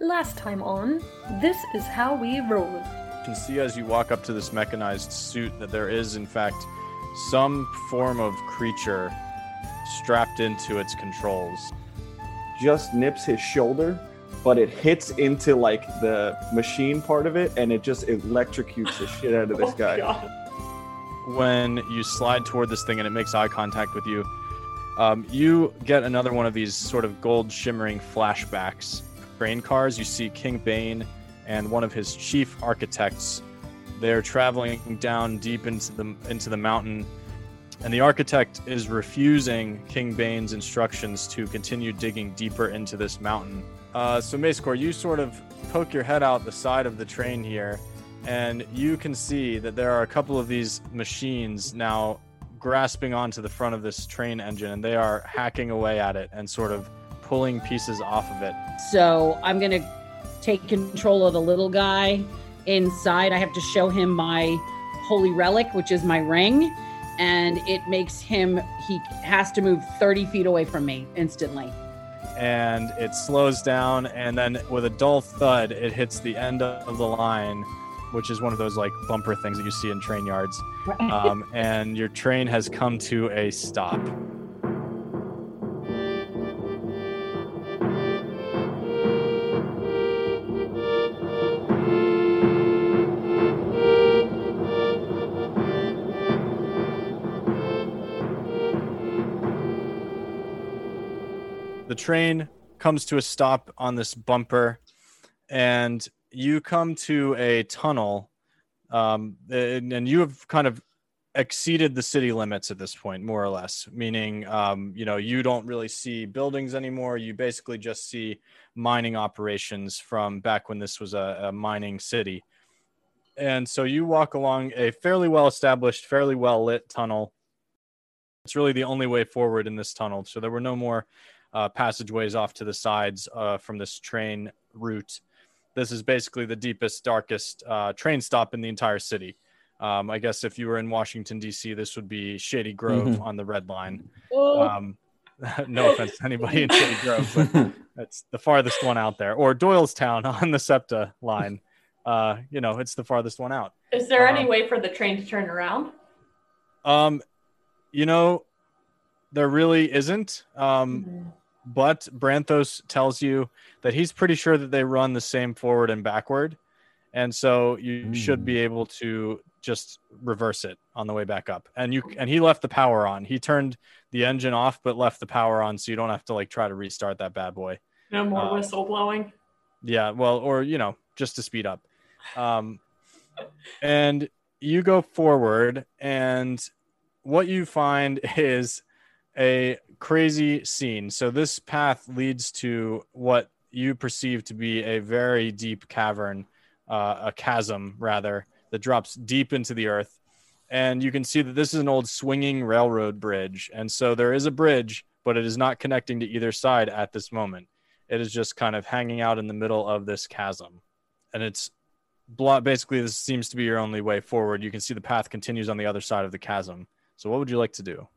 Last time on, this is how we roll. You can see as you walk up to this mechanized suit that there is, in fact, some form of creature strapped into its controls. just nips his shoulder, but it hits into like the machine part of it, and it just electrocutes the shit out Oh of this guy. When you slide toward this thing and it makes eye contact with you, um, you get another one of these sort of gold shimmering flashbacks. Train cars, you see King Bane and one of his chief architects. They're traveling down deep into the into the mountain, and the architect is refusing King Bane's instructions to continue digging deeper into this mountain. Uh, so, Macecor, you sort of poke your head out the side of the train here, and you can see that there are a couple of these machines now grasping onto the front of this train engine, and they are hacking away at it and sort of pulling pieces off of it. So I'm going to take control of the little guy inside. I have to show him my holy relic, which is my ring. And it makes him, he has to move 30 feet away from me instantly. and it slows down and then with a dull thud it hits the end of the line which is one of those like bumper things that you see in train yards um, and your train has come to a stop the train comes to a stop on this bumper and you come to a tunnel um, and, and you have kind of exceeded the city limits at this point more or less meaning um, you know you don't really see buildings anymore you basically just see mining operations from back when this was a, a mining city and so you walk along a fairly well established fairly well lit tunnel it's really the only way forward in this tunnel so there were no more uh, passageways off to the sides uh, from this train route. This is basically the deepest, darkest uh, train stop in the entire city. Um, I guess if you were in Washington, D.C., this would be Shady Grove on the Red Line. Oh. Um, no offense to anybody in Shady Grove, but that's the farthest one out there. Or Doylestown on the SEPTA line. Uh, you know, it's the farthest one out. Is there Um, any way for the train to turn around? Um, you know, there really isn't. Um, but Branthos tells you that he's pretty sure that they run the same forward and backward, and so you should be able to just reverse it on the way back up. And you and he left the power on. He turned the engine off, but left the power on, so you don't have to like try to restart that bad boy. No more uh, whistle blowing. Yeah, well, or you know, just to speed up. Um, and you go forward, and what you find is a crazy scene. So this path leads to what you perceive to be a very deep cavern, uh, a chasm rather, that drops deep into the earth. And you can see that this is an old swinging railroad bridge. And so there is a bridge, but it is not connecting to either side at this moment it is just kind of hanging out in the middle of this chasm and it's blo- basically this seems to be your only way forward you can see the path continues on the other side of the chasm so what would you like to do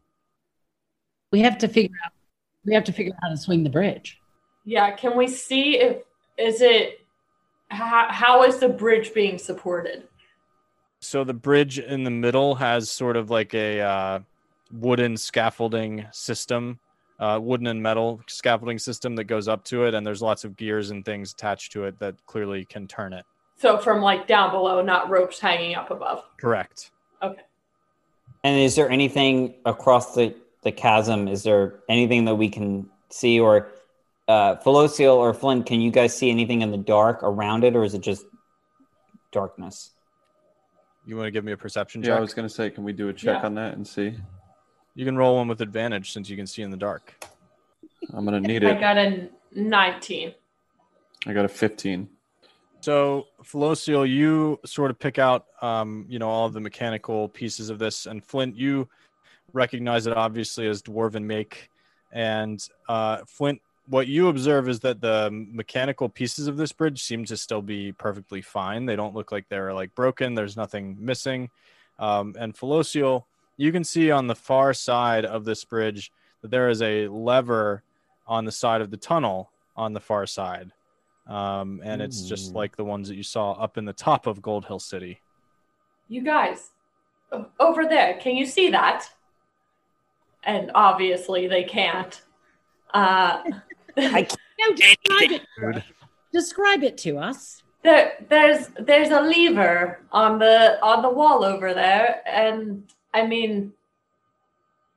We have to figure out, we have to figure out how to swing the bridge. Yeah, can we see if is it how, how is the bridge being supported? so the bridge in the middle has sort of like a uh, wooden scaffolding system uh, wooden and metal scaffolding system that goes up to it and there's lots of gears and things attached to it that clearly can turn it So from like down below, not ropes hanging up above. correct And is there anything across the, the chasm? Is there anything that we can see? Or uh, Felosiel or Flynn, can you guys see anything in the dark around it, or is it just darkness? you want to give me a perception check Yeah, I was gonna say, can we do a check Yeah. on that and see? you can roll one with advantage since you can see in the dark I'm gonna need I it. got a 19. I got a 15. So, Felosiel, you sort of pick out, um, you know, all of the mechanical pieces of this, and Flint, you recognize it obviously as dwarven make. And uh, Flint, what you observe is that the mechanical pieces of this bridge seem to still be perfectly fine. They don't look like they're like broken. There's nothing missing. Um, and Felosiel, you can see on the far side of this bridge that there is a lever on the side of the tunnel on the far side um, and it's just Mm. like the ones that you saw up in the top of Gold Hill City. You guys, o- over there, can you see that? And obviously they can't. Uh, No, describe it. Describe it to us. there, there's there's a lever on the on the wall over there, and I mean,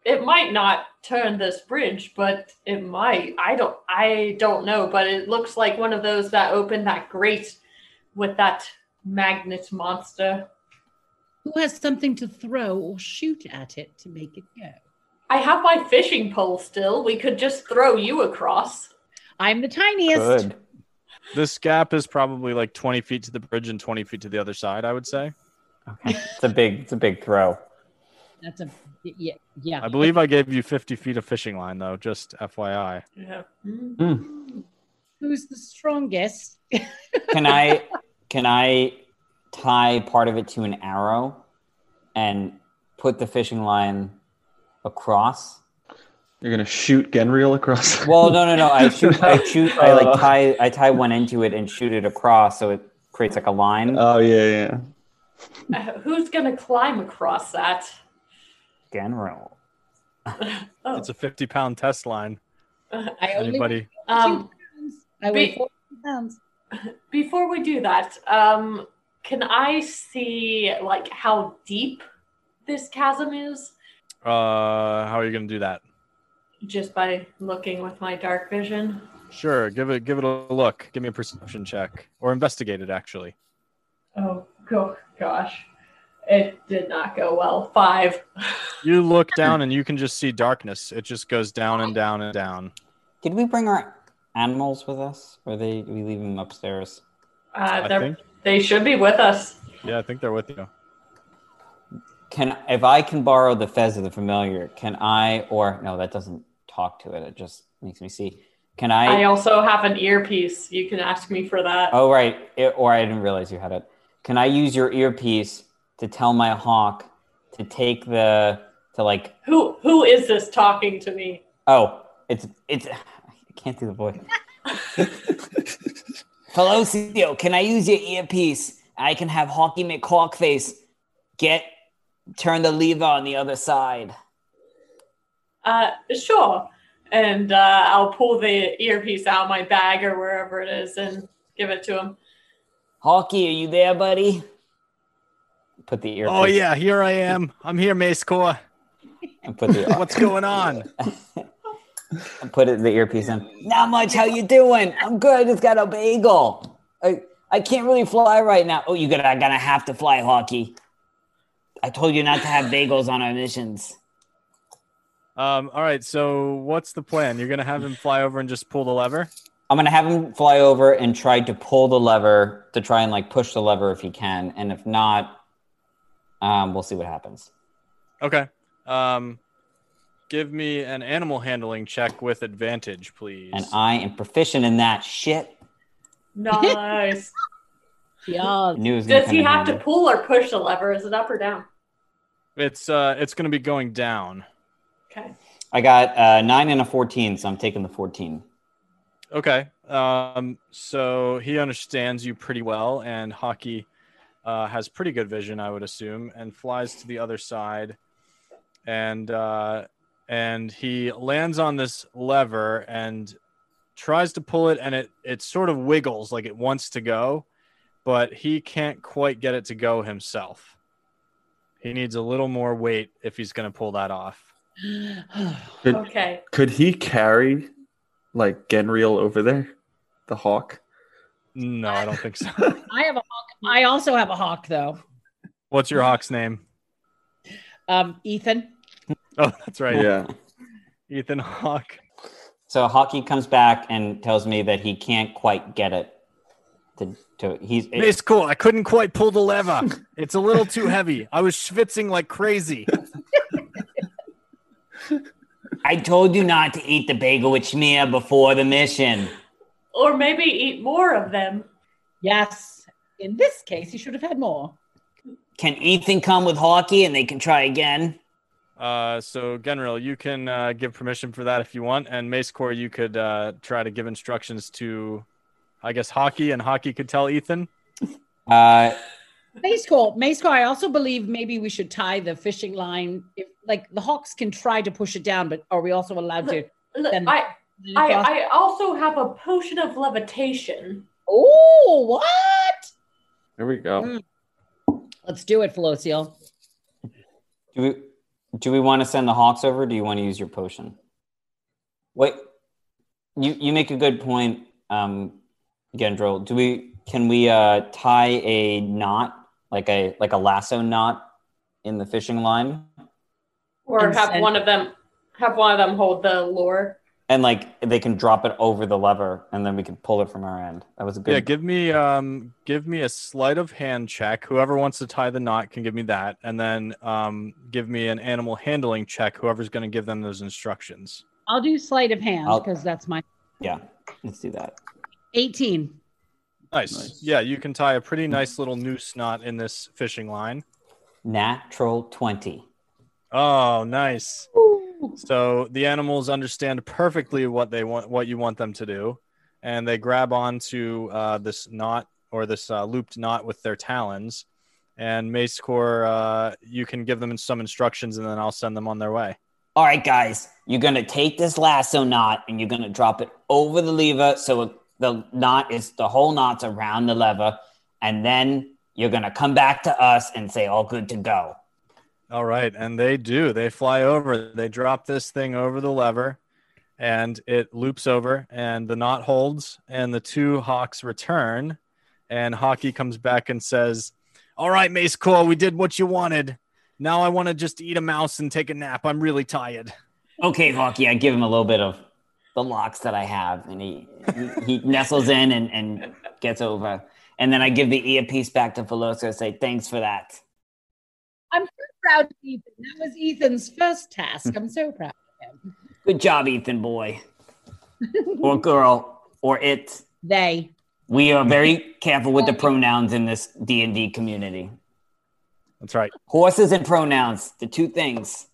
it might not turn this bridge, but it might. I don't I don't know, but it looks like one of those that opened that grate with that magnet monster. Who has something to throw or shoot at it to make it go? I have my fishing pole still. We could just throw you across. I'm the tiniest. Good. This gap is probably like 20 feet to the bridge and 20 feet to the other side, I would say. Okay. It's a big. It's a big throw. That's a yeah. yeah. I believe I gave you 50 feet of fishing line, though, just FYI. Yeah. Hmm? Who's the strongest? Can I? Can I tie part of it to an arrow, and put the fishing line across? You're gonna shoot Genriel across. Well, no, no, no. I shoot. I shoot. I like tie. I tie one end to it and shoot it across, so it creates like a line. oh yeah, yeah. Uh, who's gonna climb across that? General. Oh, It's a 50 pound test line. I only weigh Anybody? um, pounds. I weigh Be- 40 pounds. before we do that, um, can I see like how deep this chasm is Uh, how are you going to do that? just by looking with my dark vision? Sure, give it give it a look. Give me a perception check or investigate it actually. Oh go- gosh, it did not go well. Five. You look down and you can just see darkness. It just goes down and down and down. Did we bring our animals with us, or they we leave them upstairs? Uh, I they're think. they should be with us. Yeah, I think they're with you. Can if I can borrow the fez of the familiar, can I? Or no, that doesn't talk to it. It just makes me see. Can I? I also have an earpiece. You can ask me for that. oh right. It, or I didn't realize you had it. Can I use your earpiece to tell my hawk to take the to like? Who who is this talking to me? Oh, it's it's. I can't do the voice. Pelocio, E can I use your earpiece? I can have Hawky McHawkface get turn the lever on the other side. Uh, sure. And uh, I'll pull the earpiece out of my bag or wherever it is and give it to him. Hawkeye, are you there, buddy? Put the earpiece. Oh yeah, here I am. I'm here, Mace Core. And put the What's going on? and put it, the earpiece in. Not much. How you doing? I'm good. I just got a bagel. I, I can't really fly right now. Oh, you gotta I'm gonna have to fly, Hawkeye. I told you not to have bagels on our missions. Um, all right, so what's the plan? You're gonna have him fly over and just pull the lever? I'm gonna have him fly over and try to pull the lever to try and like push the lever if he can, and if not, um, we'll see what happens. Okay. Um give me an animal handling check with advantage, please. And I am proficient in that shit. Nice. Yeah. I knew it was gonna Does come he in have to handy. pull or push the lever? Is it up or down? it's uh it's gonna be going down. Okay. I got uh, nine and a fourteen, so I'm taking the fourteen. Okay. Um, so he understands you pretty well, and Hockey uh, has pretty good vision, I would assume, and flies to the other side, and uh, and he lands on this lever and tries to pull it, and it it sort of wiggles like it wants to go, but he can't quite get it to go himself. He needs a little more weight if he's going to pull that off. Could, Okay. could he carry like Genriel over there, the hawk? No, I don't think so. I have a hawk. I also have a hawk though. What's your hawk's name? Um, Ethan. Oh, that's right. Yeah. Ethan Hawk. So Hockey comes back and tells me that he can't quite get it. To, to he's it- It's cool. I couldn't quite pull the lever. It's a little too heavy. I was schwitzing like crazy. I told you not to eat the bagel with Shmir before the mission. Or maybe eat more of them. Yes. In this case, you should have had more. Can Ethan come with Hockey and they can try again? Uh, so Genril, you can uh, give permission for that if you want, and Mace Core, you could uh, try to give instructions to I guess hockey and hockey could tell Ethan. Uh, Mace call, Mace call. I also believe maybe we should tie the fishing line. If like the hawks can try to push it down, but are we also allowed to? Look, Then- I, I, I also have a potion of levitation. oh, what? There we go. Hmm. Mm. Let's do it, Felociel. Do we do we want to send the Hawks over? Or do you want to use your potion? Wait, you you make a good point, um, Gendril. Do we can we uh, tie a knot like a like a lasso knot in the fishing line Or And have send- one of them have one of them hold the lure. and like they can drop it over the lever and then we can pull it from our end. That was a good. Yeah, give me um give me a sleight of hand check. Whoever wants to tie the knot can give me that, and then um give me an animal handling check. Whoever's going to give them those instructions. I'll do sleight of hand I'll- because that's my yeah, let's do that. 18. Nice. Nice. Yeah, you can tie a pretty nice little noose knot in this fishing line. Natural twenty. Oh, nice. So the animals understand perfectly what they want, what you want them to do, and they grab onto uh, this knot or this uh, looped knot with their talons. And Mace Core, uh, you can give them some instructions, and then I'll send them on their way. All right, guys, you're gonna take this lasso knot and you're gonna drop it over the lever so it, the knot is the whole knot's around the lever, and then you're gonna come back to us and say all good to go. All right, and they do. They fly over. They drop this thing over the lever, and it loops over, and the knot holds, and the two hawks return, and Hockey comes back and says, "All right, Mace Core, we did what you wanted. Now I want to just eat a mouse and take a nap. I'm really tired." Okay, Hawky, I give him a little bit of the locks that I have, and he he, he nestles in and, and gets over, and then I give the earpiece back to Veloso and say thanks for that. I'm so proud of Ethan. That was Ethan's first task. I'm so proud of him. Good job, Ethan boy, or girl, or it. They. We are very careful with the pronouns in this D and D community. That's right. Horses and pronouns, the two things.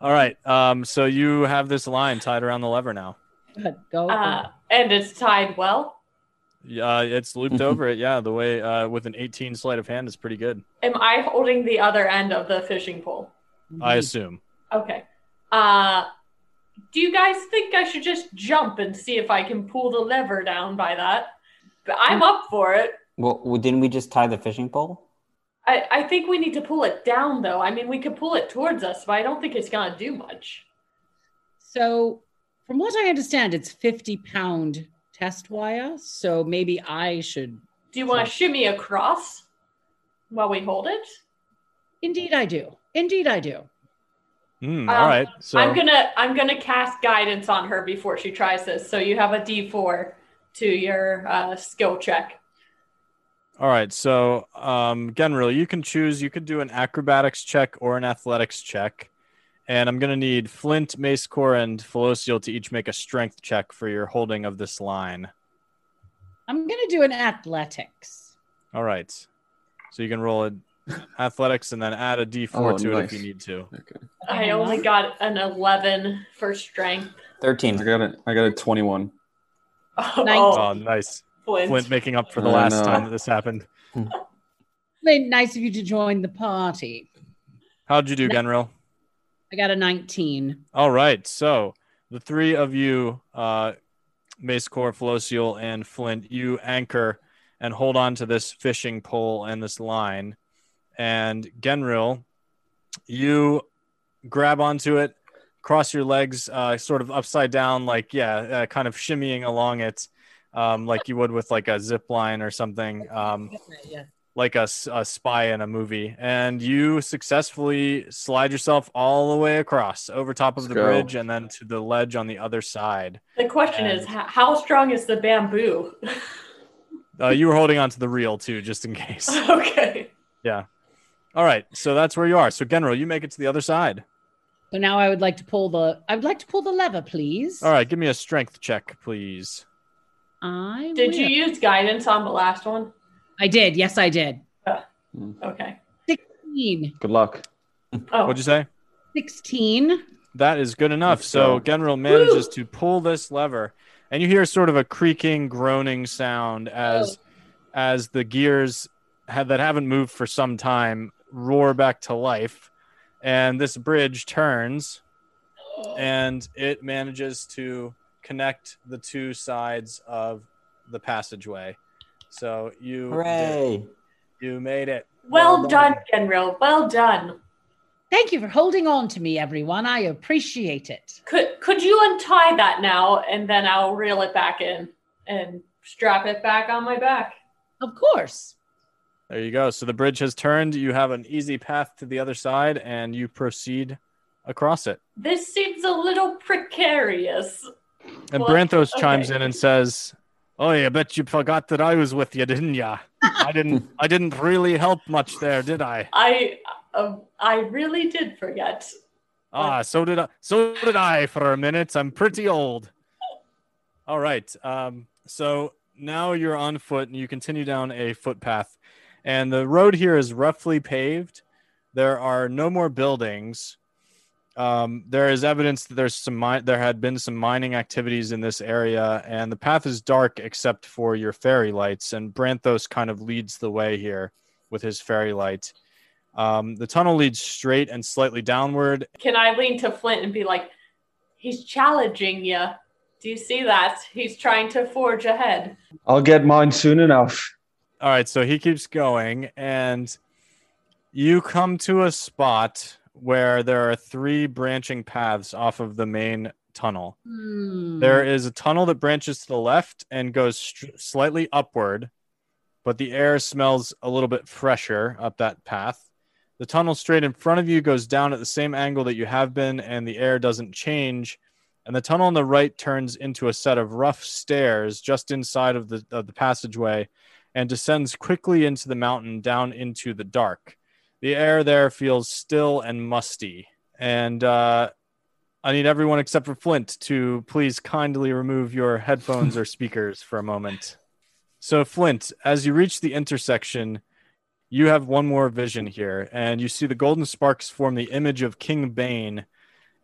All right. Um, so you have this line tied around the lever now. Good. Go. Uh, and it's tied well. Yeah, it's looped over it. Yeah, the way uh, with an 18 sleight of hand is pretty good, Am I holding the other end of the fishing pole? Mm-hmm. I assume. Okay. Uh, do you guys think I should just jump and see if I can pull the lever down by that? But I'm Mm. up for it. Well, well, didn't we just tie the fishing pole? I, I think we need to pull it down though. I mean, we could pull it towards us, but I don't think it's gonna do much. so, from what I understand, it's 50 pound test wire. So maybe I should. Do you want to shimmy across while we hold it? Indeed, I do. Indeed, I do. Hmm, Um, all right. So I'm gonna I'm gonna cast guidance on her before she tries this. So you have a D4 to your uh, skill check. All right, so um, Genril, you can choose. You could do an acrobatics check or an athletics check, and I'm going to need Flint, Mace Core, and Felocial to each make a strength check for your holding of this line. I'm going to do an athletics. All right, so you can roll an athletics and then add a D4 Oh, to it if nice. you need to. Okay. I Okay, only well. got an 11 for strength. 13. I got it. I got a 21. Oh, Oh, nice! Flint. Flint making up for the I last know. time that this happened. Really nice of you to join the party. How'd you do, Genril? I got a 19. All right. So the three of you, uh, Mace Core, Felocial, and Flint, you anchor and hold on to this fishing pole and this line. And Genril, you grab onto it, cross your legs uh, sort of upside down, like, yeah, uh, kind of shimmying along it, um, like you would with like a zip line or something. Um, Yeah. like a, s- a spy in a movie and you successfully slide yourself all the way across over top of Let's the go. bridge and then to the ledge on the other side The question is, h- how strong is the bamboo? uh, you were holding on to the reel too just in case okay. all right so that's where you are so general you make it to the other side So now I would like to pull the I would like to pull the lever, please. all right give me a strength check please I Did will. you use guidance on the last one? I did. Yes, I did. Okay. 16. Good luck. Oh, what'd you say 16. That is good enough. Let's So go. Genril manages to pull this lever and you hear sort of a creaking, groaning sound as as the gears have, that haven't moved for some time roar back to life, and this bridge turns, and it manages to connect the two sides of the passageway. So you did- Hooray! you made it. Well done, General. Well done. Thank you for holding on to me, everyone. I appreciate it. Could could you untie that now and then I'll reel it back in and strap it back on my back. Of course. There you go. So the bridge has turned. You have an easy path to the other side, and you proceed across it. This seems a little precarious. And Well, Branthos okay. chimes in and says, "Oh, I bet you forgot that I was with you, didn't ya? I didn't. I didn't really help much there, did I? I uh, I really did forget. Ah, so did I. So did I for a minute. I'm pretty old. All right. Um, so now you're on foot, and you continue down a footpath, and the road here is roughly paved. There are no more buildings. Um, there is evidence that there's some mi- there had been some mining activities in this area, and the path is dark except for your fairy lights. And Branthos kind of leads the way here with his fairy light. Um, the tunnel leads straight and slightly downward, Can I lean to Flint and be like, he's challenging you? Do you see that? He's trying to forge ahead. I'll get mine soon enough. All right, so he keeps going, and you come to a spot where there are three branching paths off of the main tunnel. Hmm. There is a tunnel that branches to the left and goes str- slightly upward, but the air smells a little bit fresher up that path. The tunnel straight in front of you goes down at the same angle that you have been, and the air doesn't change. And the tunnel on the right turns into a set of rough stairs just inside of the, of the passageway and descends quickly into the mountain down into the dark. The air there feels still and musty. And uh, I need everyone except for Flint to please kindly remove your headphones or speakers for a moment. So, Flint, as you reach the intersection, you have one more vision here, and you see the golden sparks form the image of King Bane.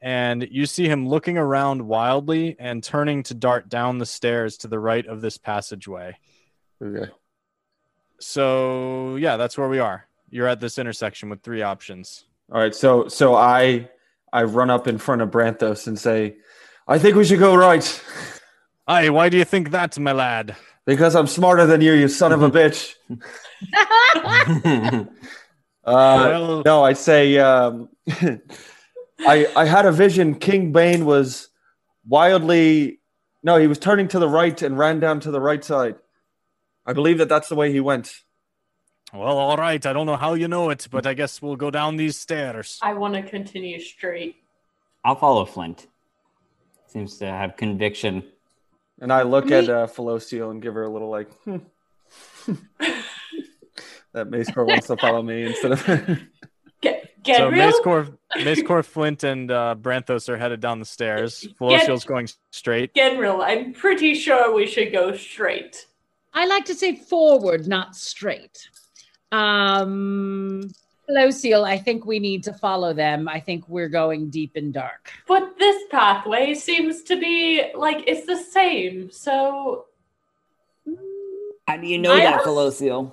And you see him looking around wildly and turning to dart down the stairs to the right of this passageway. Okay. So, yeah, that's where we are. You're at this intersection with three options. All right. So so I I run up in front of Branthos and say, I think we should go right Aye, why do you think that, my lad? because I'm smarter than you, you son of a bitch. Hmm. Uh, well, no, I say um, I I had a vision. King Bane was wildly no, he was turning to the right and ran down to the right side. I believe that that's the way he went. well, all right. I don't know how you know it, but I guess we'll go down these stairs. I want to continue straight. I'll follow Flint. Seems to have conviction. And I look Me- at uh, Felocio and give her a little like, hmm. that Mace Corp wants to follow me instead of. Get, so Gedriel? Mace Corp, Mace Corp, Flint, and uh, Branthos are headed down the stairs. Felocio's going straight. Genril, I'm pretty sure we should go straight. I like to say forward, not straight. Um, Hello, Seal. I think we need to follow them. I think we're going deep and dark. But this pathway seems to be like it's the same. So How do you know I that, was- Colosio?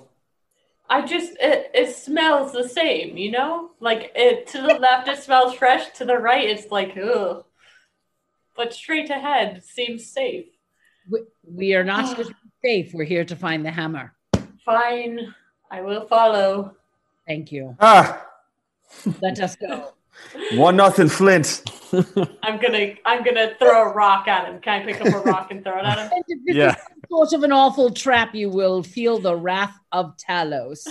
I just it, it smells the same, you know? Like it to the left it smells fresh, to the right it's like ugh. But straight ahead seems safe. We, we are not supposed to be safe. We're here to find the hammer. Fine, I will follow. Thank you. ah, Let us go. one nothing, Flint. I'm gonna I'm gonna throw a rock at him. Can I pick up a rock and throw it at him? And if this Yeah. is some sort of an awful trap, you will feel the wrath of Talos.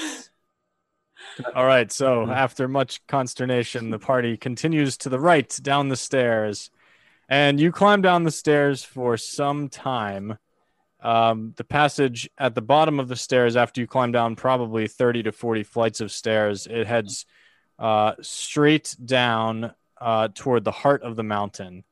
All right. So after much consternation, the party continues to the right down the stairs, and you climb down the stairs for some time. Um, the passage at the bottom of the stairs, after you climb down probably thirty to forty flights of stairs, it heads uh, straight down uh, toward the heart of the mountain.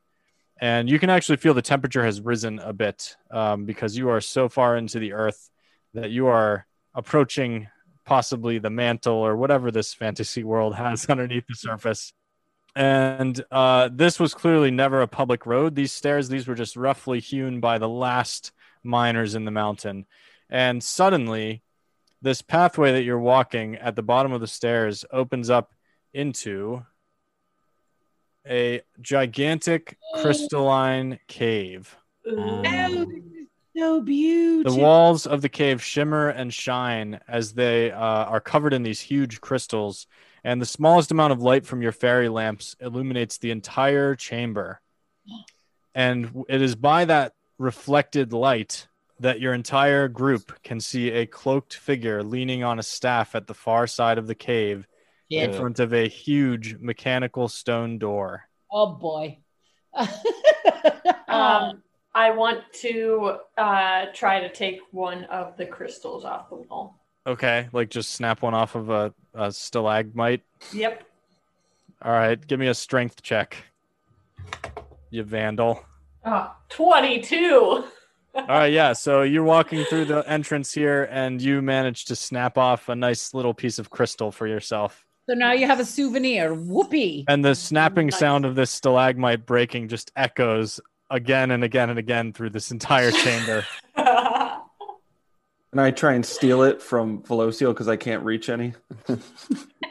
And you can actually feel the temperature has risen a bit um, because you are so far into the earth that you are approaching possibly the mantle or whatever this fantasy world has underneath the surface. and uh, this was clearly never a public road. These stairs, these were just roughly hewn by the last miners in the mountain. And suddenly, this pathway that you're walking at the bottom of the stairs opens up into a gigantic crystalline cave. Oh, this is so beautiful. The walls of the cave shimmer and shine as they uh, are covered in these huge crystals, and the smallest amount of light from your fairy lamps illuminates the entire chamber. And it is by that reflected light that your entire group can see a cloaked figure leaning on a staff at the far side of the cave in Yeah. front of a huge mechanical stone door. Oh boy. Ah. Um, I want to uh, try to take one of the crystals off the wall. Okay, like just snap one off of a, a stalagmite. Yep. All right, give me a strength check. You vandal. Oh, 22. All right, yeah. So you're walking through the entrance here and you manage to snap off a nice little piece of crystal for yourself. so now you have a souvenir. Whoopee. And the snapping Nice. sound of this stalagmite breaking just echoes again and again and again through this entire chamber. And I try and steal it from Velocio because I can't reach any.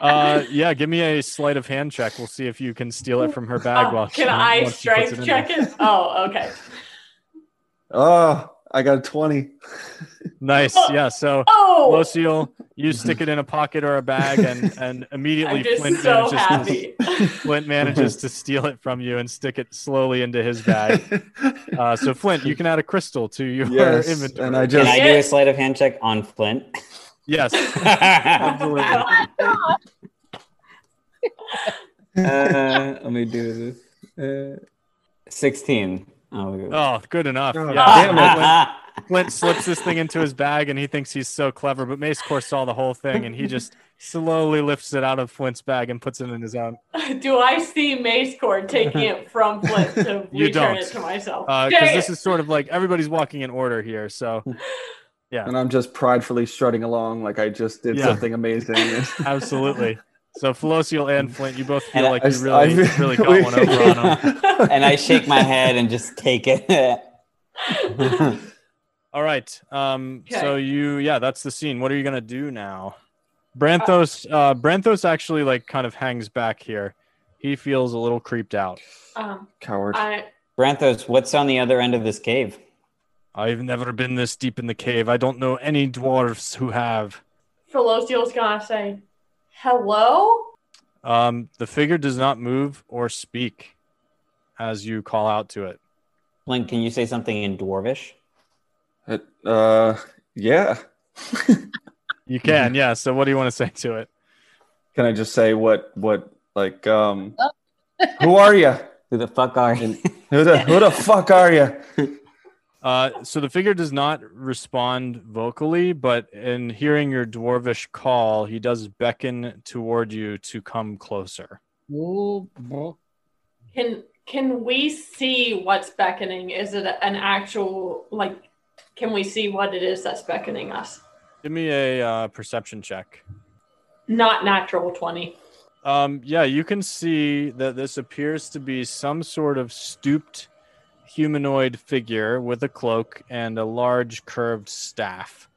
Uh, yeah, give me a sleight of hand check. We'll see if you can steal it from her bag. Oh, while she- can I once she puts strength it in check it? Oh, okay. Oh, I got a 20. there. Nice. Yeah. So Oh, Losiel, you stick it in a pocket or a bag, and and immediately I'm just Flint so manages happy. Flint manages to steal it from you and stick it slowly into his bag. Uh, so Flint, you can add a crystal to your yes. inventory. And I Can I just, do a sleight of hand check on Flint? yes, uh, absolutely. let me do this. Uh, 16. Oh, look at that. Oh, good enough. Oh, yeah. damn it. Flint, Flint slips this thing into his bag, and he thinks he's so clever. But Mace Core saw the whole thing, and he just slowly lifts it out of Flint's bag and puts it in his own. Do I see Mace Cord taking it from Flint to You return don't. it to myself? Because Dang Uh, this it. is sort of like everybody's walking in order here. So and I'm just pridefully strutting along like I just did Yeah. something amazing. absolutely. So Felosiel and Flint, you both feel And I- like I you really, I- really got one over on them. and I shake my head and just take it. All right. Um, So Okay. you, yeah, that's the scene. What are you gonna do now? Branthos, uh, Branthos actually like kind of hangs back here. He feels a little creeped out. Um, Coward. I, Branthos, what's on the other end of this cave? I've never been this deep in the cave. I don't know any dwarfs who have. Philoseal's gonna say, hello? Um, the figure does not move or speak as you call out to it. Flint, can you say something in Dwarvish? Uh, yeah. You can, yeah. So what do you want to say to it? Can I just say what, what, like, um, who are you? Who the fuck are you? Who the, who the fuck are you? Uh, so the figure does not respond vocally, but in hearing your dwarvish call, he does beckon toward you to come closer. Ooh, bro. Can can we see what's beckoning? Is it an actual like? Can we see what it is that's beckoning us? Give me a uh, perception check. Not natural twenty. Um, yeah, you can see that this appears to be some sort of stooped humanoid figure with a cloak and a large curved staff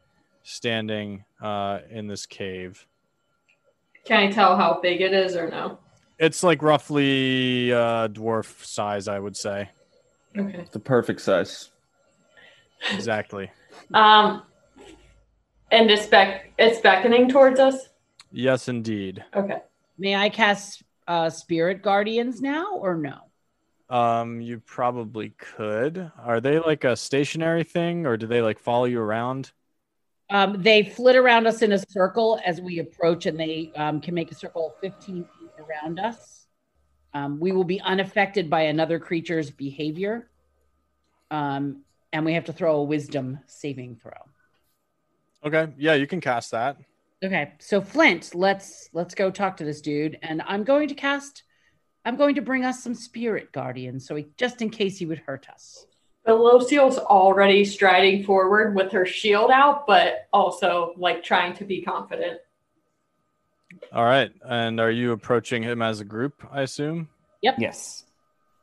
standing uh, in this cave. Can I tell how big it is or no? It's like roughly uh, dwarf size, I would say. Okay. The perfect size. Exactly. Um, and it's beck it's beckoning towards us. yes, indeed. Okay. May I cast uh, Spirit Guardians now or no? Um, you probably could. Are they like a stationary thing, or do they like follow you around? Um, they flit around us in a circle as we approach, and they um, can make a circle of 15 feet around us. Um, we will be unaffected by another creature's behavior. Um, and we have to throw a wisdom saving throw. Okay, yeah, you can cast that. Okay, so Flint, let's let's go talk to this dude, and I'm going to cast, I'm going to bring us some spirit guardians, so he, just in case he would hurt us. Philoseal's already striding forward with her shield out, but also like trying to be confident. All right, and are you approaching him as a group? I assume. Yes.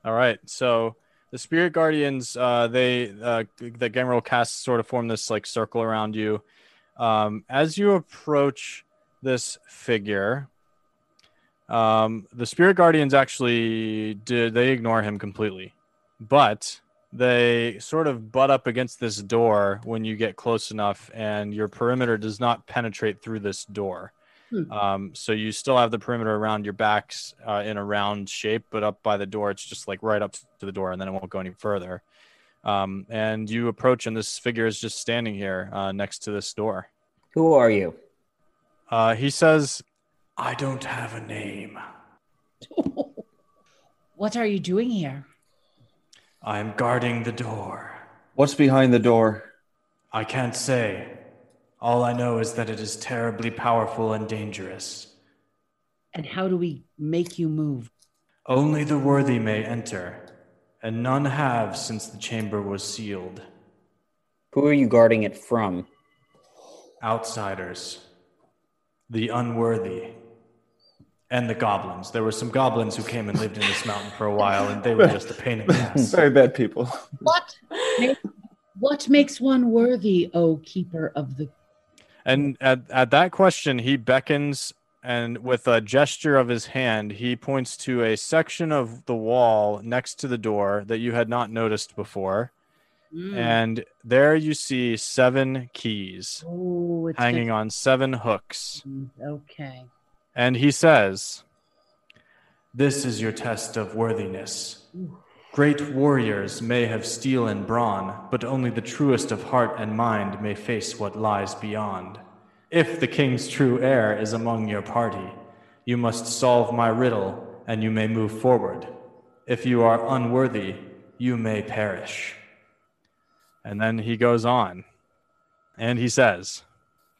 All right. So the spirit guardians, uh, they uh, the Gangrel cast sort of form this like circle around you. Um, as you approach this figure, um, the spirit guardians actually did they ignore him completely, but they sort of butt up against this door when you get close enough, and your perimeter does not penetrate through this door. Hmm. Um, so you still have the perimeter around your backs uh, in a round shape, but up by the door, it's just like right up to the door, and then it won't go any further. Um, and you approach, and this figure is just standing here uh, next to this door. Who are you? Uh, he says, "I don't have a name. What are you doing here? I'm guarding the door. What's behind the door? I can't say. All I know is that it is terribly powerful and dangerous. And how do we make you move? Only the worthy may enter, and none have since the chamber was sealed. Who are you guarding it from? Outsiders, the unworthy, and the goblins. There were some goblins who came and lived in this mountain for a while, and they were just a pain in the ass. Very bad people. What? What makes one worthy, O keeper of the And at, at that question, he beckons and with a gesture of his hand, he points to a section of the wall next to the door that you had not noticed before. Mm. Hmm. And there you see seven keys Oh, it's hanging on seven hooks. on. Okay. And he says, This is your test of worthiness. Great warriors may have steel and brawn, but only the truest of heart and mind may face what lies beyond. If the king's true heir is among your party, you must solve my riddle and you may move forward. If you are unworthy, you may perish. And then he goes on and he says,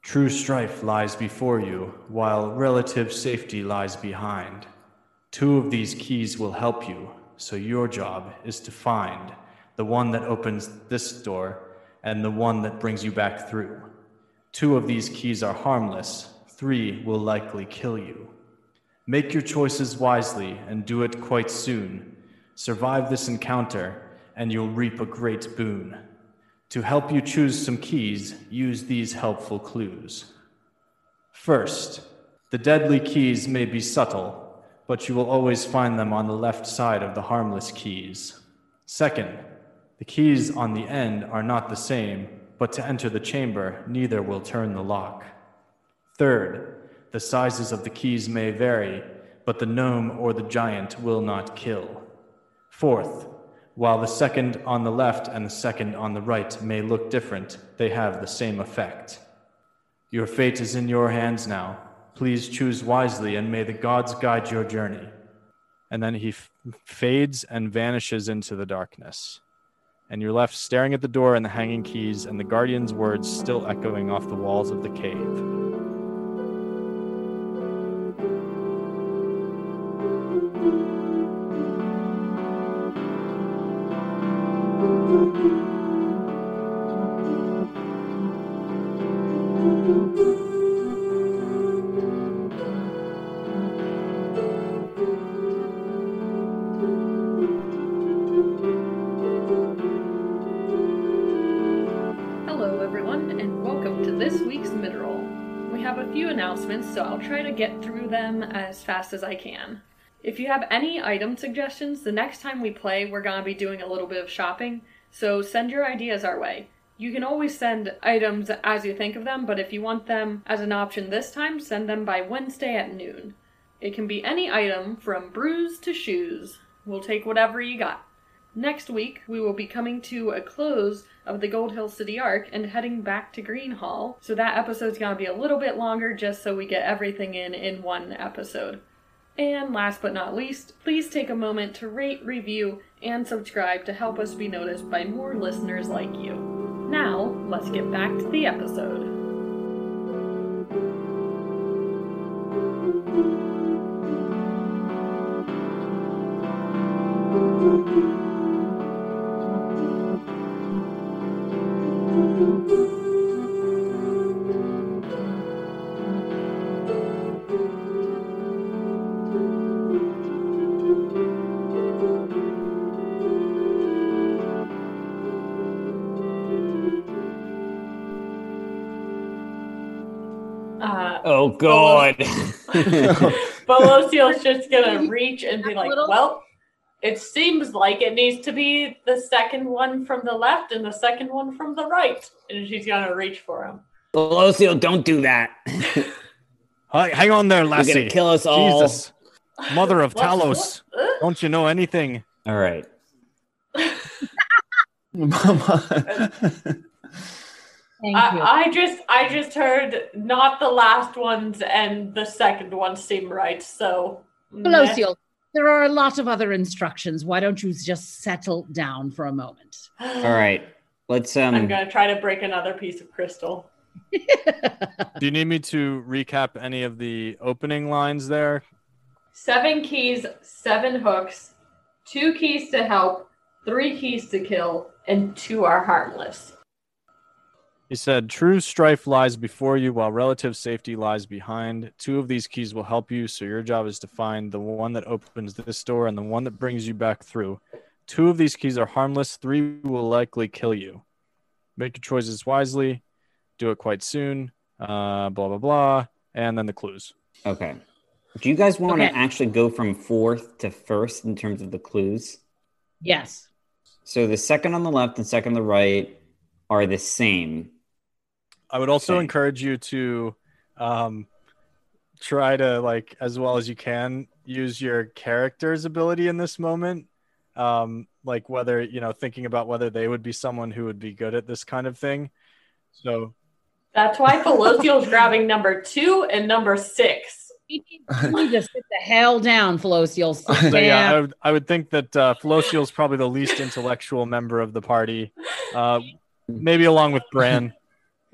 True strife lies before you, while relative safety lies behind. Two of these keys will help you, so your job is to find the one that opens this door and the one that brings you back through. Two of these keys are harmless, three will likely kill you. Make your choices wisely and do it quite soon. Survive this encounter, and you'll reap a great boon. To help you choose some keys, use these helpful clues. First, the deadly keys may be subtle, but you will always find them on the left side of the harmless keys. Second, the keys on the end are not the same, but to enter the chamber, neither will turn the lock. Third, the sizes of the keys may vary, but the gnome or the giant will not kill. Fourth, while the second on the left and the second on the right may look different, they have the same effect. Your fate is in your hands now. Please choose wisely and may the gods guide your journey. And then he f- fades and vanishes into the darkness. And you're left staring at the door and the hanging keys and the guardian's words still echoing off the walls of the cave. Hello, everyone, and welcome to this week's midroll. We have a few announcements, so I'll try to get through them as fast as I can. If you have any item suggestions, the next time we play, we're going to be doing a little bit of shopping, so send your ideas our way. You can always send items as you think of them, but if you want them as an option this time, send them by Wednesday at noon. It can be any item from brews to shoes. We'll take whatever you got. Next week, we will be coming to a close of the Gold Hill City arc and heading back to Greenhall. So that episode's going to be a little bit longer just so we get everything in in one episode. And last but not least, please take a moment to rate, review, and subscribe to help us be noticed by more listeners like you. Now, let's get back to the episode. Uh, Oh God! Belosiel's just gonna reach and be like, Little- well, it seems like it needs to be the second one from the left and the second one from the right. And she's gonna reach for him. Belosio, don't do that. Hi- Hang on there, You're Lassie. gonna kill us all. Jesus, mother of What? Talos, What? don't you know anything? All right. Mama. Thank you. I, I just I just heard not the last ones and the second one seem right, so Pelosiel, there are a lot of other instructions. Why don't you just settle down for a moment? All right. Let's um. I'm gonna try to break another piece of crystal. Do you need me to recap any of the opening lines there? Seven keys, seven hooks, two keys to help, three keys to kill, and two are harmless. He said, True strife lies before you while relative safety lies behind. Two of these keys will help you, so your job is to find the one that opens this door and the one that brings you back through. Two of these keys are harmless, three will likely kill you. Make your choices wisely, do it quite soon, uh, blah, blah, blah. And then the clues. Okay. Do you guys want Okay. to actually go from fourth to first in terms of the clues? Yes. So the second on the left and second on the right are the same. I would also Okay. encourage you to um, try to like as well as you can use your character's ability in this moment. Um, like whether you know thinking about whether they would be someone who would be good at this kind of thing. So That's why Pelosiel's grabbing number two and number six. You need to sit the hell down, Felosiel. Sit so, yeah, down. I would, I would think that uh, Felosiel is probably the least intellectual member of the party, uh, maybe along with Bran.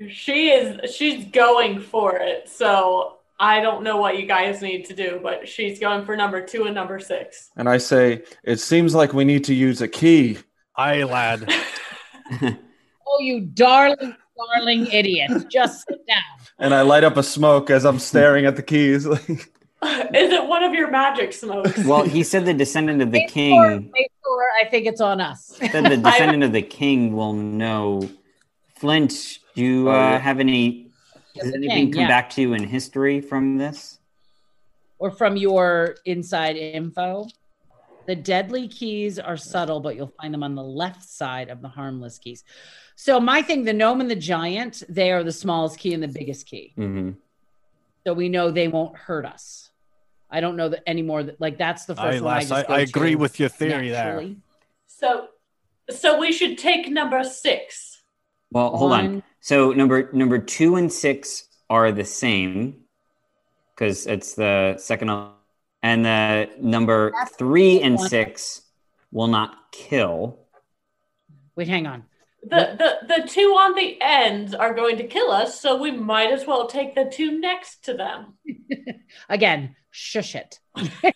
She is she's going for it, so I don't know what you guys need to do, but she's going for number two and number six. and I say, it seems like we need to use a key. Aye, lad. Oh, you darling, darling idiot. Just sit down. And I light up a smoke as I'm staring at the keys. Like, is it one of your magic smokes? Well, he said the descendant of the Make sure- king. make sure I think it's on us. Said the descendant of the king will know. Flint, do you Oh, uh, yeah. have any? The Does anything king, come yeah. back to you in history from this? Or from your inside info. The deadly keys are subtle, but you'll find them on the left side of the harmless keys. So my thing, the gnome and the giant, they are the smallest key and the biggest key. hmm Mm-hmm. So we know they won't hurt us. I don't know that anymore. That like that's the first Aye, one. lass. I, I, just go I agree to with your theory there. naturally. so so we should take number six. Well, hold on. One. So number number two and six are the same because it's the second on, and the number three and six will not kill. Wait, hang on. The, the the two on the ends are going to kill us, so we might as well take the two next to them. Again, shush it.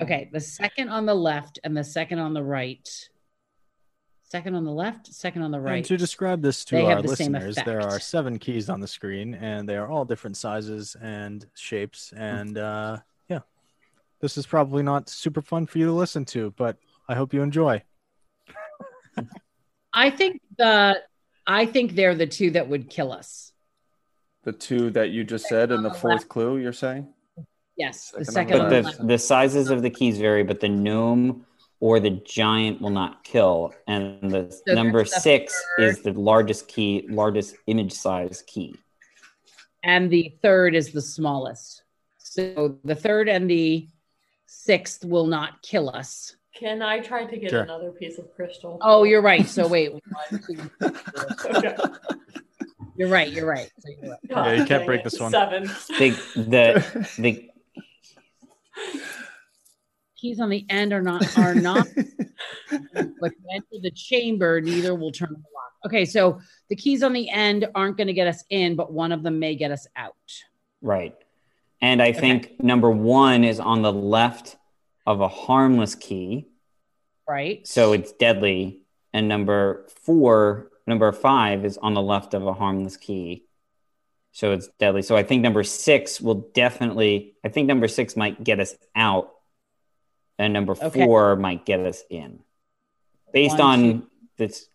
okay, the second on the left and the second on the right. Second on the left, second on the And right. to describe this to They have our the same listeners, there effect. are seven keys on the screen, and they are all different sizes and shapes. And uh, yeah, this is probably not super fun for you to listen to, but I hope you enjoy. I think the I think they're the two that would kill us. the two that you just said and the fourth clue, you're saying? Yes, the Second second on on But the the left. the the sizes of the keys vary, but the gnome or the giant will not kill, and the that's number the six third. is the largest key, largest image size key. and the third is the smallest. So the third and the sixth will not kill us. Can I try to get Sure. another piece of crystal? Oh, you're right. So wait, one, two- Okay. you're right. You're right. So you're right. Yeah, you can't Dang break it. this one. Seven. The the the keys on the end are not are not but to enter the chamber neither will turn the lock okay so the keys on the end aren't going to get us in but one of them may get us out Right. And I think number one is on the left of a harmless key. right So it's deadly. And number four, number five is on the left of a harmless key. So it's deadly. So I think number six will definitely, I think number six might get us out. And number Okay. four might get us in. Based One, on this,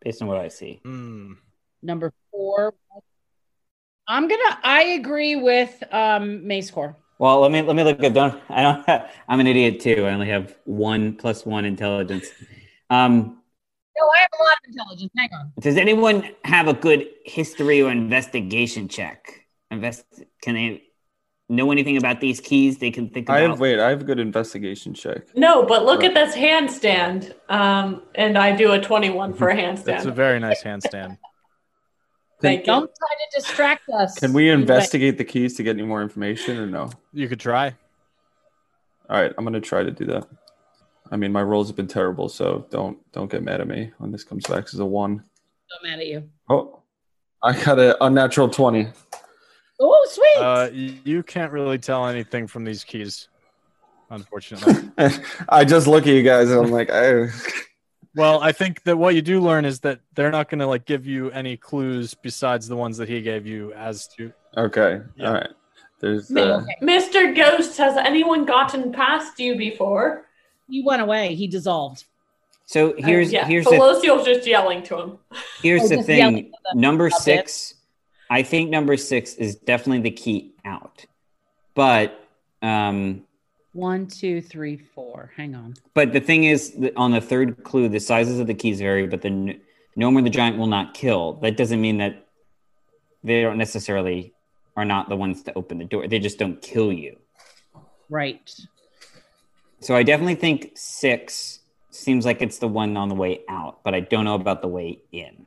based on what I see. Hmm. number or I'm gonna. I agree with um, Mace Core. Well, let me let me look at don't I don't have, I'm an idiot too. I only have one plus one intelligence. Um, No, I have a lot of intelligence. Hang on. does anyone have a good history or investigation check? Invest can they know anything about these keys they can think I about? have wait. I have a good investigation check. No, but look Right. at this handstand. Um, and I do a 21 for a Mm-hmm. That's a handstand. very nice handstand. Thank you. Don't try to distract us. Can we investigate the keys to get any more information or no? You could try. All right, I'm gonna try to do that. I mean, my rolls have been terrible, so don't don't get mad at me when this comes back as a one. So mad at you. Oh, I got an unnatural twenty. Oh, sweet. Uh, y- you can't really tell anything from these keys, unfortunately. I just look at you guys and I'm like, I, well, I think that what you do learn is that they're not going to like give you any clues besides the ones that he gave you as to. okay, Yeah. all right. There's Me- uh, Mr. Ghost, has anyone gotten past you before? he went away. He dissolved. so here's yeah, here's the Pelosial's just yelling to him. here's Or the just yelling thing. at them Number about it. six, I think number six is definitely the key out, but um, One, two, three, four. Hang on. But the thing is, that on the third clue, the sizes of the keys vary, but the gn- gnome or the giant will not kill. That doesn't mean that they don't necessarily are not the ones to open the door. They just don't kill you. Right. So I definitely think six seems like it's the one on the way out, but I don't know about the way in.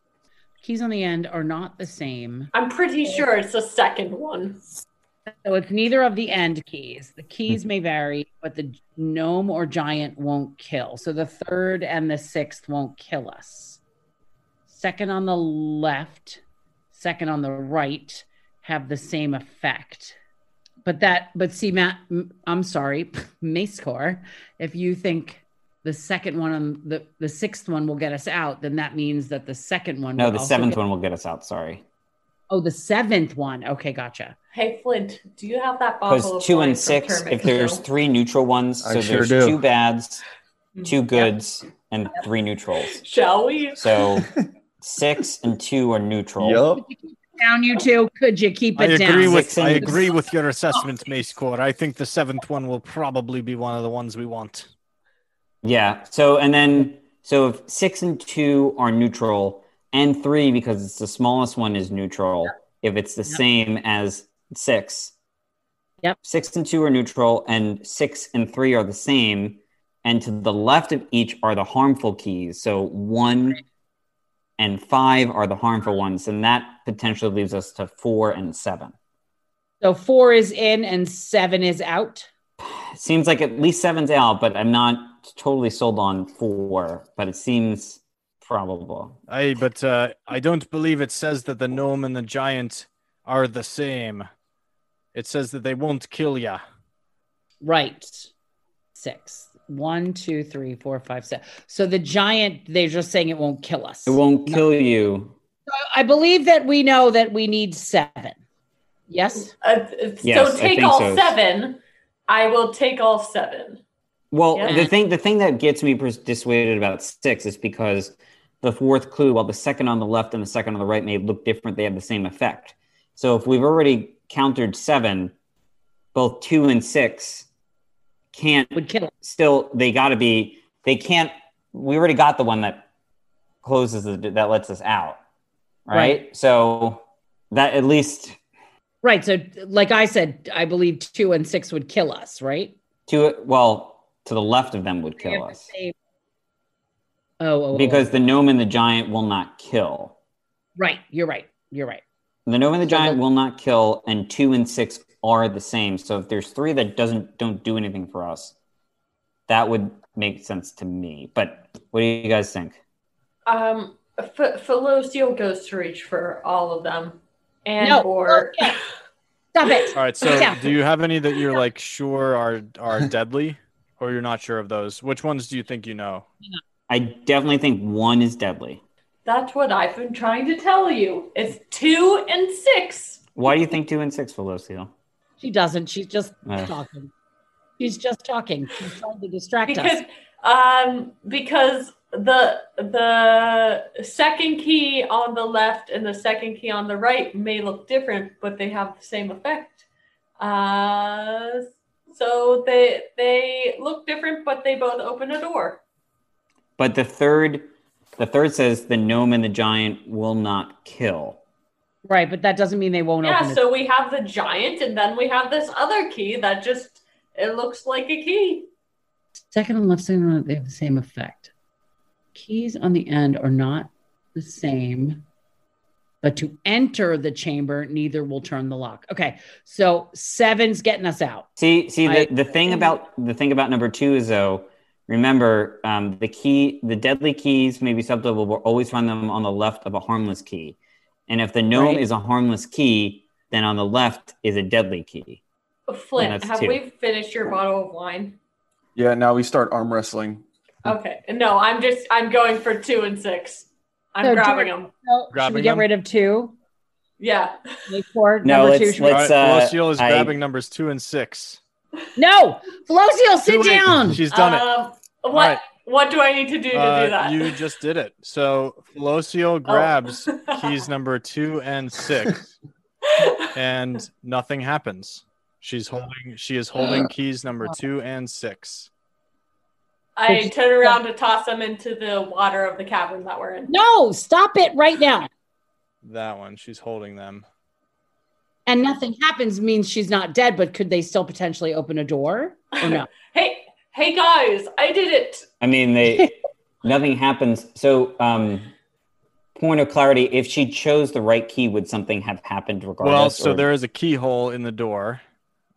Keys on the end are not the same. I'm pretty sure it's the second one. So it's neither of the end keys. The keys Hmm. may vary, but the gnome or giant won't kill. So the third and the sixth won't kill us. Second on the left, second on the right have the same effect. But that, but see, Matt, m- I'm sorry, Mace Core, if you think the second one on the, the sixth one will get us out, then that means that the second one. No, would the also seventh get- one will get us out. Sorry, Oh, the seventh one. Okay, gotcha. Hey, Flint, do you have that bottle because of two wine and from six. Kermit If there's Hill? three neutral ones, I so sure there's do. two bads, two Yep. goods, and three neutrals. Shall we? Uh, So six and two are neutral. yup. down, you two. Could you keep I it down? agree with Six and- I agree with Oh. your assessment, Mace Core. I think the seventh one will probably be one of the ones we want. Yeah. So and then so if six and two are neutral, and three because it's the smallest one is neutral. If it's the Yep. same as six. Yep. Six and two are neutral, and six and three are the same. And to the left of each are the harmful keys. So one and five are the harmful ones, and that potentially leaves us to four and seven. so four is in and seven is out. seems like at least seven's out, but I'm not totally sold on four, but it seems probable. I but uh, I don't believe it says that the gnome and the giant are the same. It says that they won't kill ya. Right. Six. One, two, three, four, five, six. So the giant, they're just saying it won't kill us. It won't kill you. I believe that we know that we need seven. Yes. Uh, Yes, I so take think all so. seven. I will take all seven. Well, Yeah. the thing the thing that gets me pers- dissuaded about six is because the fourth clue, while the second on the left and the second on the right may look different, they have the same effect. So if we've already countered seven, both two and six can't Would kill us. still they got to be they can't we already got the one that closes the, that lets us out right? so that at least Right. So, like I said, I believe two and six would kill us, right? to well to the left of them would kill us Oh, oh, oh, oh. because the gnome and the giant will not kill right. You're right. You're right. the gnome and the So giant the- will not kill and two and six are the same so if there's three that doesn't don't do anything for us that would make sense to me but what do you guys think Um, F- Felosio goes to reach for all of them, and No. or Okay. Stop it. All right. So, Yeah. do you have any that you're like sure are are deadly, or you're not sure of those? Which ones do you think you know? i definitely think one is deadly that's what I've been trying to tell you. It's two and six. Why do you think two and six, Velocio? She doesn't. She's just Uh. talking. She's just talking. She's trying to distract because us. um because the the second key on the left and the second key on the right may look different, but they have the same effect. Uh, so they they look different, but they both open a door. But the third, the third says the gnome and the giant will not kill. Right, but that doesn't mean they won't open Yeah, it. so we have the giant, and then we have this other key that just it looks like a key. Second and left second on, they have the same effect. Keys on the end are not the same, but to enter the chamber, neither will turn the lock. Okay, so seven's getting us out. See, see, the, I- the thing about the thing about number two is though, remember um, the key, the deadly keys may be subtable. We'll always find them on the left of a harmless key, and if the gnome Right. is a harmless key, then on the left is a deadly key. Flint, that's have two. we finished your bottle of wine? Yeah, now we start arm wrestling. Okay. No, I'm just I'm going for two and six. I'm So, grabbing Jordan- them. So should we Grabbing get them? rid of two? Yeah. Make four. No, number let's- two. should we- let's- All uh, right, Velocio is I- grabbing numbers two and six. no, Velocio, sit Too late. down. She's done it. Um, All what right. what do Oh, I need to do to do Uh, that? Oh. you just did it. So Velocio grabs keys number two and six, and nothing happens. She's holding. She is holding keys number two and six. I turn around to toss them into the water of the cavern that we're in. No, stop it right now. That one. She's holding them. And nothing happens means she's not dead, but could they still potentially open a door? Or no? Hey, hey guys, I did it. I mean, they nothing happens. So, um, point of clarity: if she chose the right key, would something have happened regardless? Well, so or- there is a keyhole in the door.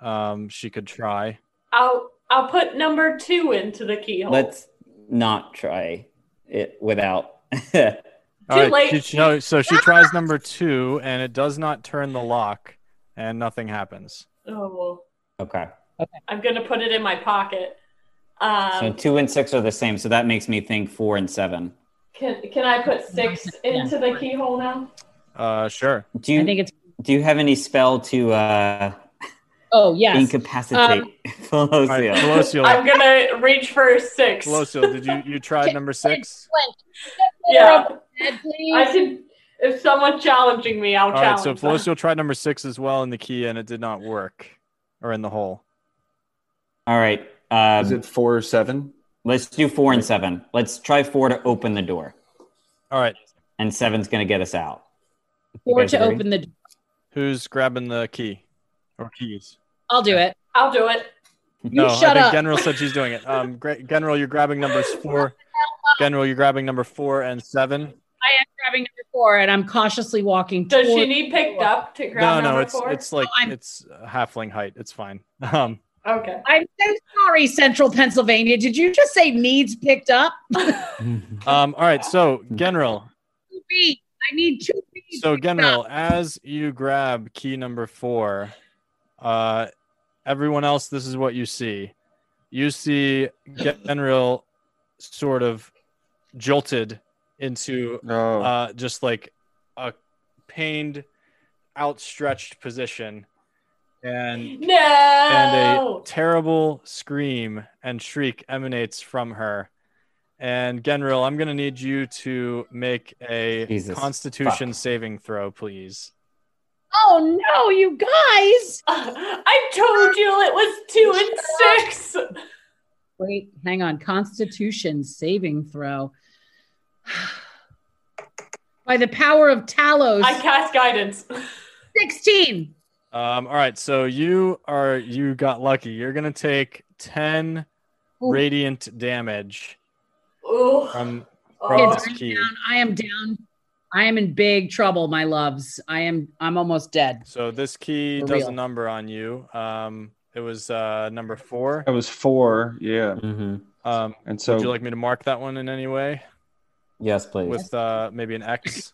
Um, she could try. I'll I'll put number two into the keyhole. Let's not try it without. All Too right, late. Ah! she- she- no, so she tries number two, and it does not turn the lock, and nothing happens. oh well. okay. I'm gonna put it in my pocket. So Um, two and six are the same, so that makes me think four and seven. can can I put six into the keyhole now? Uh, sure. Do I you think it's. do you have any spell to uh, Oh, yes. incapacitate All right, Velocio? Velocio. I'm gonna reach for six. Velocio, did you you tried number six? Yeah, Dead, please. I can. If someone's challenging me, I'll All right, challenge. so them. Velocio tried number six as well in the key, and it did not work, or in the hole. All right, um, Is it four or seven? let's do four and seven. Let's try four to open the door, All right, and seven's gonna get us out. You Or guys to agree? open the door. who's grabbing the key or keys? I'll do it. I'll do it. No, I shut think up. General said she's doing it. Um, Gra- General, you're grabbing numbers four. General, you're grabbing number four and seven. I am grabbing number four and I'm cautiously walking Does she toward- need picked up to No, grab no, number it's four? it's like I'm- it's uh, halfling height. It's fine. Um, Okay. I'm so sorry, Central Pennsylvania. Did you just say needs picked up? Mm-hmm. um, all right. So General, Two feet. I need two feet. so General, as you grab key number four, uh, everyone else, this is what you see. You see General sort of jolted into No. uh, just like a pained, outstretched position, and No. and a terrible scream and shriek emanates from her. And Genril, I'm going to need you to make a Jesus, Constitution fuck. saving throw, please. Oh no, you guys. I told you it was two and six. Wait, hang on. Constitution saving throw. By the power of Talos, I cast guidance. 16. Um, all right, so you are you got lucky. You're going to take ten Ooh. radiant damage Ooh. from from Oh. this key. I am down. I am in big trouble, my loves. I am I'm almost dead. So this key For does a real. number on you. Um, it was uh, number four. That was four. Yeah. hmm Um, And so would you like me to mark that one in any way Yes, please. with uh, maybe an X?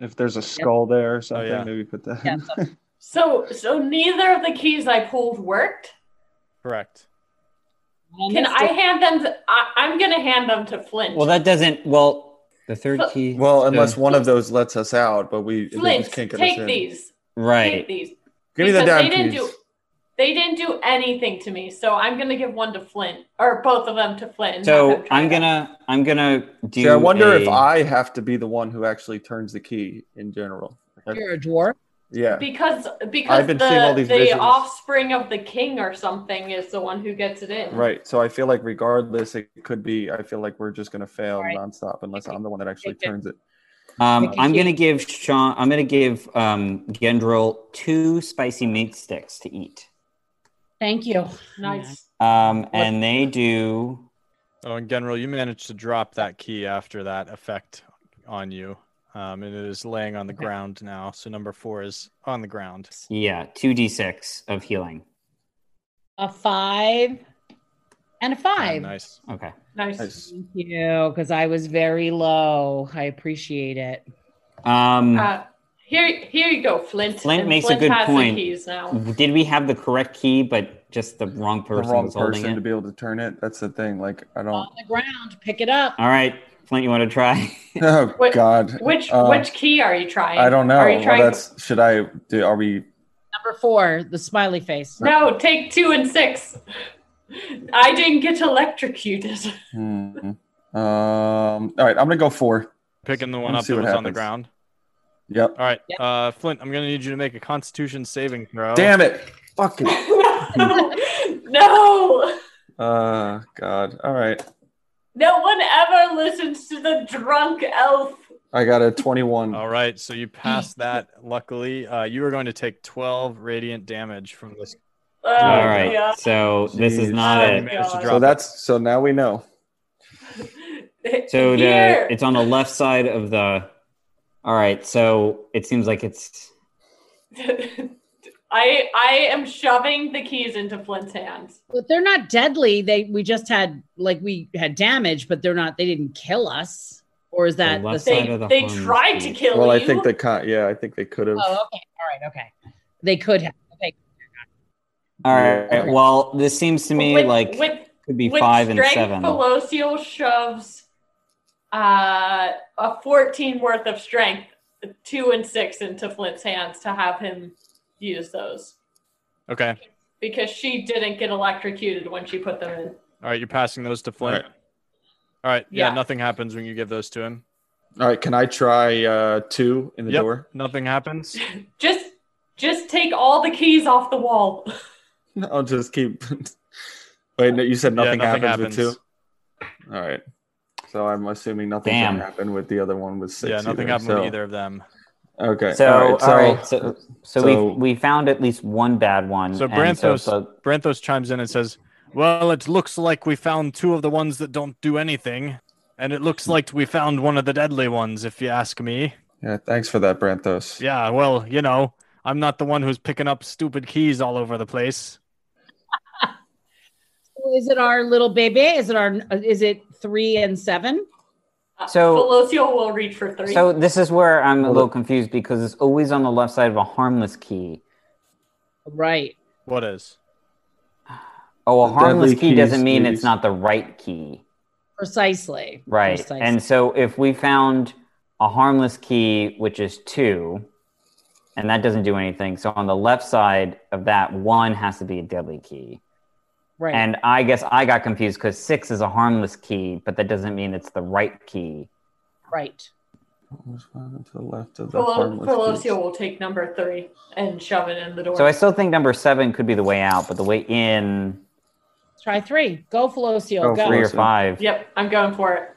if there's a skull there or something, Oh, yeah. maybe put that. Yeah. in. So so neither of the keys I pulled worked. Correct. Can I hand them? To, I, I'm gonna hand them to Flint. well, that doesn't. Well, the third But- key. Well, unless one of those lets us out, but we they Flint, just can't get us take in. these. Take right. these. Give me the Because damn they didn't keys. do. They didn't do anything to me, so I'm gonna give one to Flint or both of them to Flint. and have So him try I'm them. gonna I'm gonna do. See, I wonder if a- I have to be the one who actually turns the key in general. You're a dwarf. Yeah. because because been the, seeing all these the visions. offspring of the king or something is the one who gets it in. Right. So I feel like regardless, it could be. I feel like we're just gonna fail All right. nonstop unless I'm the one that actually Take it. turns it. Um, Mickey I'm Keith. gonna give Sean. I'm gonna give um, Gendril two spicy meat sticks to eat, Thank you. Nice. um, and they do. Oh, and General, you managed to drop that key after that effect on you. Um, and it is laying on the Okay. ground now. So number four is on the ground. Yeah, two d6 of healing. A five and a Ah, five. nice. Okay. Nice. Nice. Thank you, because I was very low. I appreciate it. Um, Uh, here here you go, Flint. Flint And makes a Flint good has point. The keys Uh, now. did we have the correct key, but just the wrong The person wrong was holding person it? to be able to turn it. That's the thing. Like Oh. I On don't. the ground, pick it up. All right, Flint, you want to try? Uh, Oh Wait, God. Which Uh, which key are you trying? I don't know. Are you Well, trying- that's should I do? Are we? Number four, the smiley face. No, take two and six. I didn't get electrocuted. Hmm. Um. All right. I'm gonna go four. Picking the one Let's up see that was what on the happens. ground. Yep. All right. Uh, Flint, I'm going to need you to make a constitution saving throw. Damn it. Fucking. no, Uh. God. All right. no one ever listens to the drunk elf. I got a 21. All right. So you passed that. Luckily, uh, you are going to take 12 radiant damage from this. Oh, All right. God. So this is Jeez. not You Oh, it. managed to God. drop So it. that's so now we know. So Here. the, it's on the left side of the. All right. So it seems like it's I I am shoving the keys into Flint's hands. But they're not deadly. They we just had like we had damage, but they're not. They didn't kill us. Or is that the left same? They Side of the they harmless tried key. to kill Well, you. I think they can Yeah, I think they could have. Oh, okay. All right. Okay. They could have. Okay. All right. Yeah. Well, this seems to me With- like with could be with five and strength, seven. Pelosio shoves uh, a 14 worth of strength, two and six into Flint's hands to have him use those Okay. because she didn't get electrocuted when she put them in. All right. You're passing those to Flint. All All right. Yeah, Yeah. Nothing happens when you give those to him. All right, can I try uh, two in the Yep. door? Nothing happens. Just just take all the keys off the wall. I'll just keep. Wait, no, you said nothing, yeah, happens, with two. All right, so I'm assuming nothing's Damn. gonna happen with the other one with six. Yeah, nothing either, happened so- with either of them. Okay, So, all right, so, all right, so- so, so- we we found at least one bad one. So and Branthos- so- Branthos chimes in and says, Well, it looks like we found two of the ones that don't do anything. And it looks like we found one of the deadly ones, if you ask me. yeah, thanks for that, Branthos. Yeah, well, you know, I'm not the one who's picking up stupid keys all over the place. So is it our little baby? Is it our? Is it three and seven? Uh, So- Pelosio will reach for three. so this is where I'm a Hold little up. confused because it's always on the left side of a harmless key. Right. What is? Oh, a The harmless deadly key keys, doesn't mean it's please. not the right key. Precisely. Right. Precisely. And so if we found a harmless key, which is two, and that doesn't do anything. So on the left side of that, one has to be a deadly key. right. And I guess I got confused because six is a harmless key, but that doesn't mean it's the right key. right. Which one To the left of the Pelo- harmless Pelosio beast? will take number three and shove it in the door. So I still think number seven could be the way out, but the way in Let's try three. Go, Felocio. Go, Go. three or Awesome. five. yep, I'm going for it.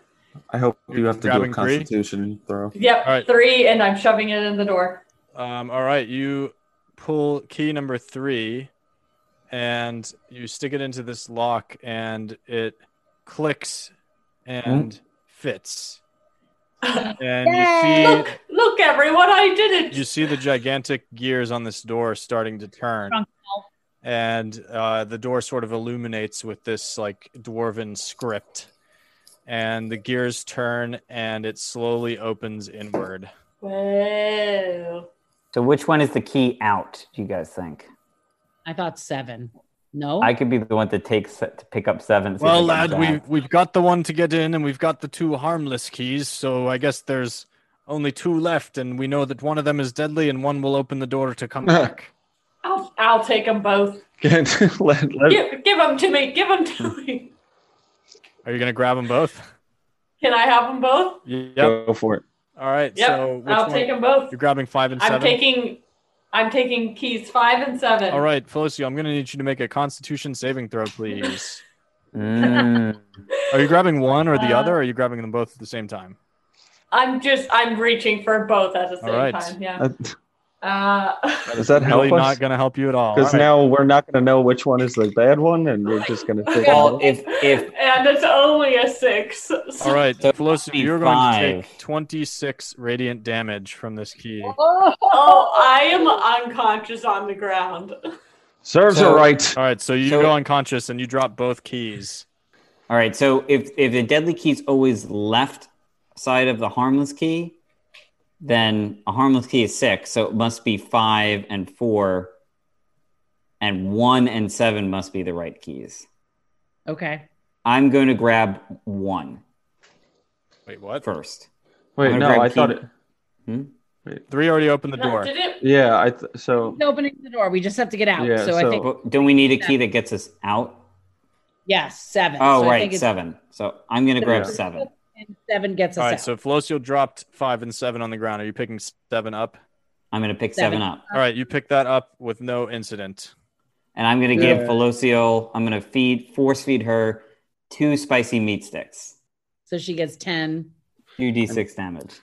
I hope you have to do a Grabbing three? Constitution throw. Yep, All right. three, and I'm shoving it in the door. Um, all right, you pull key number three and you stick it into this lock, and it clicks and fits. And Yay! you see Look, look, everyone, I did it. you see the gigantic gears on this door starting to turn and uh, the door sort of illuminates with this like dwarven script and the gears turn and it slowly opens inward Whoa. So which one is the key out, do you guys think? I thought seven. No. I could be the one that takes to pick up seven. and see if well it lad comes we, out. we've got the one to get in and we've got the two harmless keys so i guess there's only two left and we know that one of them is deadly and one will open the door to come back I'll, I'll take them both. Can let, let, Give, give them to me. Give them to me. Are you gonna grab them both? Can I have them both? Yep. go for it. All right. Yep. So which I'll one? take them both. You're grabbing five and I'm seven. taking. I'm taking keys five and seven. All right, Felicio, I'm gonna need you to make a Constitution saving throw, please. Mm. Are you grabbing one or the Uh, other? Or are you grabbing them both at the same time? I'm just. I'm reaching for both at the same right. time. Yeah. That- Uh, Does that help Really us? not gonna help you at all. Because All right. now we're not going to know which one is the bad one, and we're just going to figure well, out. if if and it's only a six. so- all right, So Felicio, you're going to 25. take 26 radiant damage from this key. All Oh, I am unconscious on the ground. Serves So- her right. right, so you So- go unconscious and you drop both keys. all right, so if if the deadly key's always left side of the harmless key, then a harmless key is six, so it must be five and four, and one and seven must be the right keys. Okay. I'm going to grab one Wait, what? first. Wait, I'm no, gonna grab I Hmm? key. thought it. Three already opened the No, door. did it? Yeah, I th- so It's opening the door. We just have to get out. Yeah, so, I so- think But don't we need a key that gets us out? yes, seven. So I Oh, think right, it's- seven. So I'm going to grab Yeah. seven. and seven gets us All right, out. so Felicio dropped five and seven on the ground. Are you picking seven up? I'm going to pick Seven. seven up. All right, you pick that up with no incident. and I'm gonna give Yeah. Felicio. I'm gonna feed, force feed her two spicy meat sticks. So she gets ten. Two d6 damage.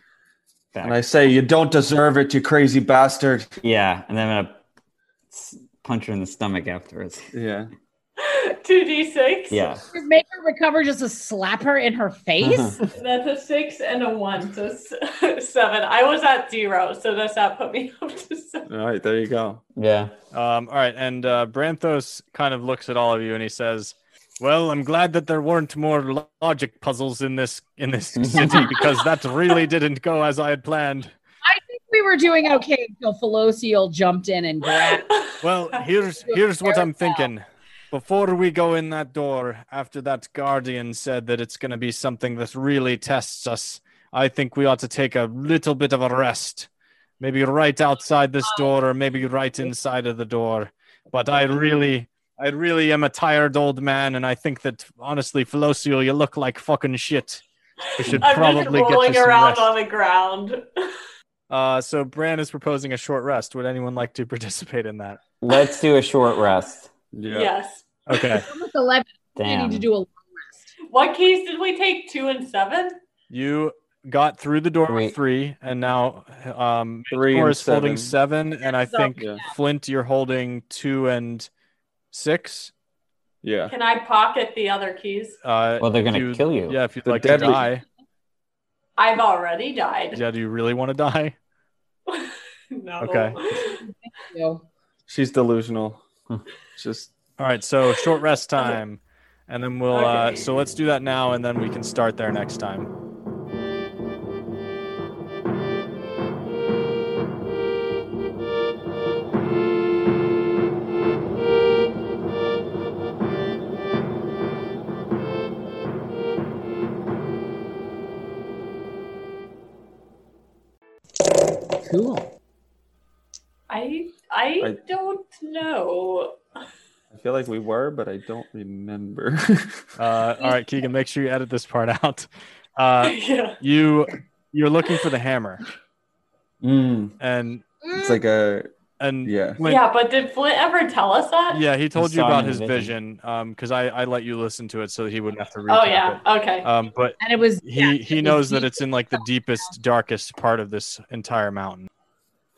Back. and I say you don't deserve it, you crazy bastard. yeah, and then I'm gonna s- punch her in the stomach afterwards. Yeah, Two d six. Yeah, You make her recover just to slap her in her face. That's a six and a one, so s- seven. I was at zero, so that's that put me up to seven. all right, there you go. yeah. Um, all right, and uh, Branthos kind of looks at all of you and he says, "Well, I'm glad that there weren't more lo- logic puzzles in this in this city because that really didn't go as I had planned." I think we were doing okay until Felocial jumped in and grabbed. Well, here's here's what I'm thinking. Before we go in that door, after that guardian said that it's going to be something that really tests us, I think we ought to take a little bit of a rest. Maybe right outside this door, or maybe right inside of the door. But I really, I really am a tired old man, and I think that honestly, Felocio, you look like fucking shit. We should I'm probably just get rolling you some around rest. on the ground. Uh, so Bran is proposing a short rest. Would anyone like to participate in that? Let's do a short rest. Yes. Okay. Almost eleven. We Damn. need to do a What keys did we take? Two and seven. You got through the door Wait. with three, and now um, Three Thor and is holding seven, and I so- think Yeah. Flint, you're holding two and six. Yeah, Can I pocket the other keys? Uh, well, they're gonna you- kill you. Yeah, if you'd The like deadly- to die. I've already died. Yeah, do you really want to die? No. Okay. you. she's delusional. Hmm. Just All right, so short rest time, and then we'll. Uh, Okay. so let's do that now, and then we can start there next time. Cool. I I I- don't know. I feel like we were, but I don't remember. Uh, all right, Keegan, make sure you edit this part out. Uh, yeah. you you're looking for the hammer, Mm, and It's like a and yeah. Flint, yeah, but did Flint ever tell us that? Yeah, he told you saw about him in his the vision because I, I let you listen to it so that he wouldn't have to read Oh yeah. Okay. it. Um, but And it was he, yeah, he it was knows deep. that it's in like the deepest, darkest part of this entire mountain.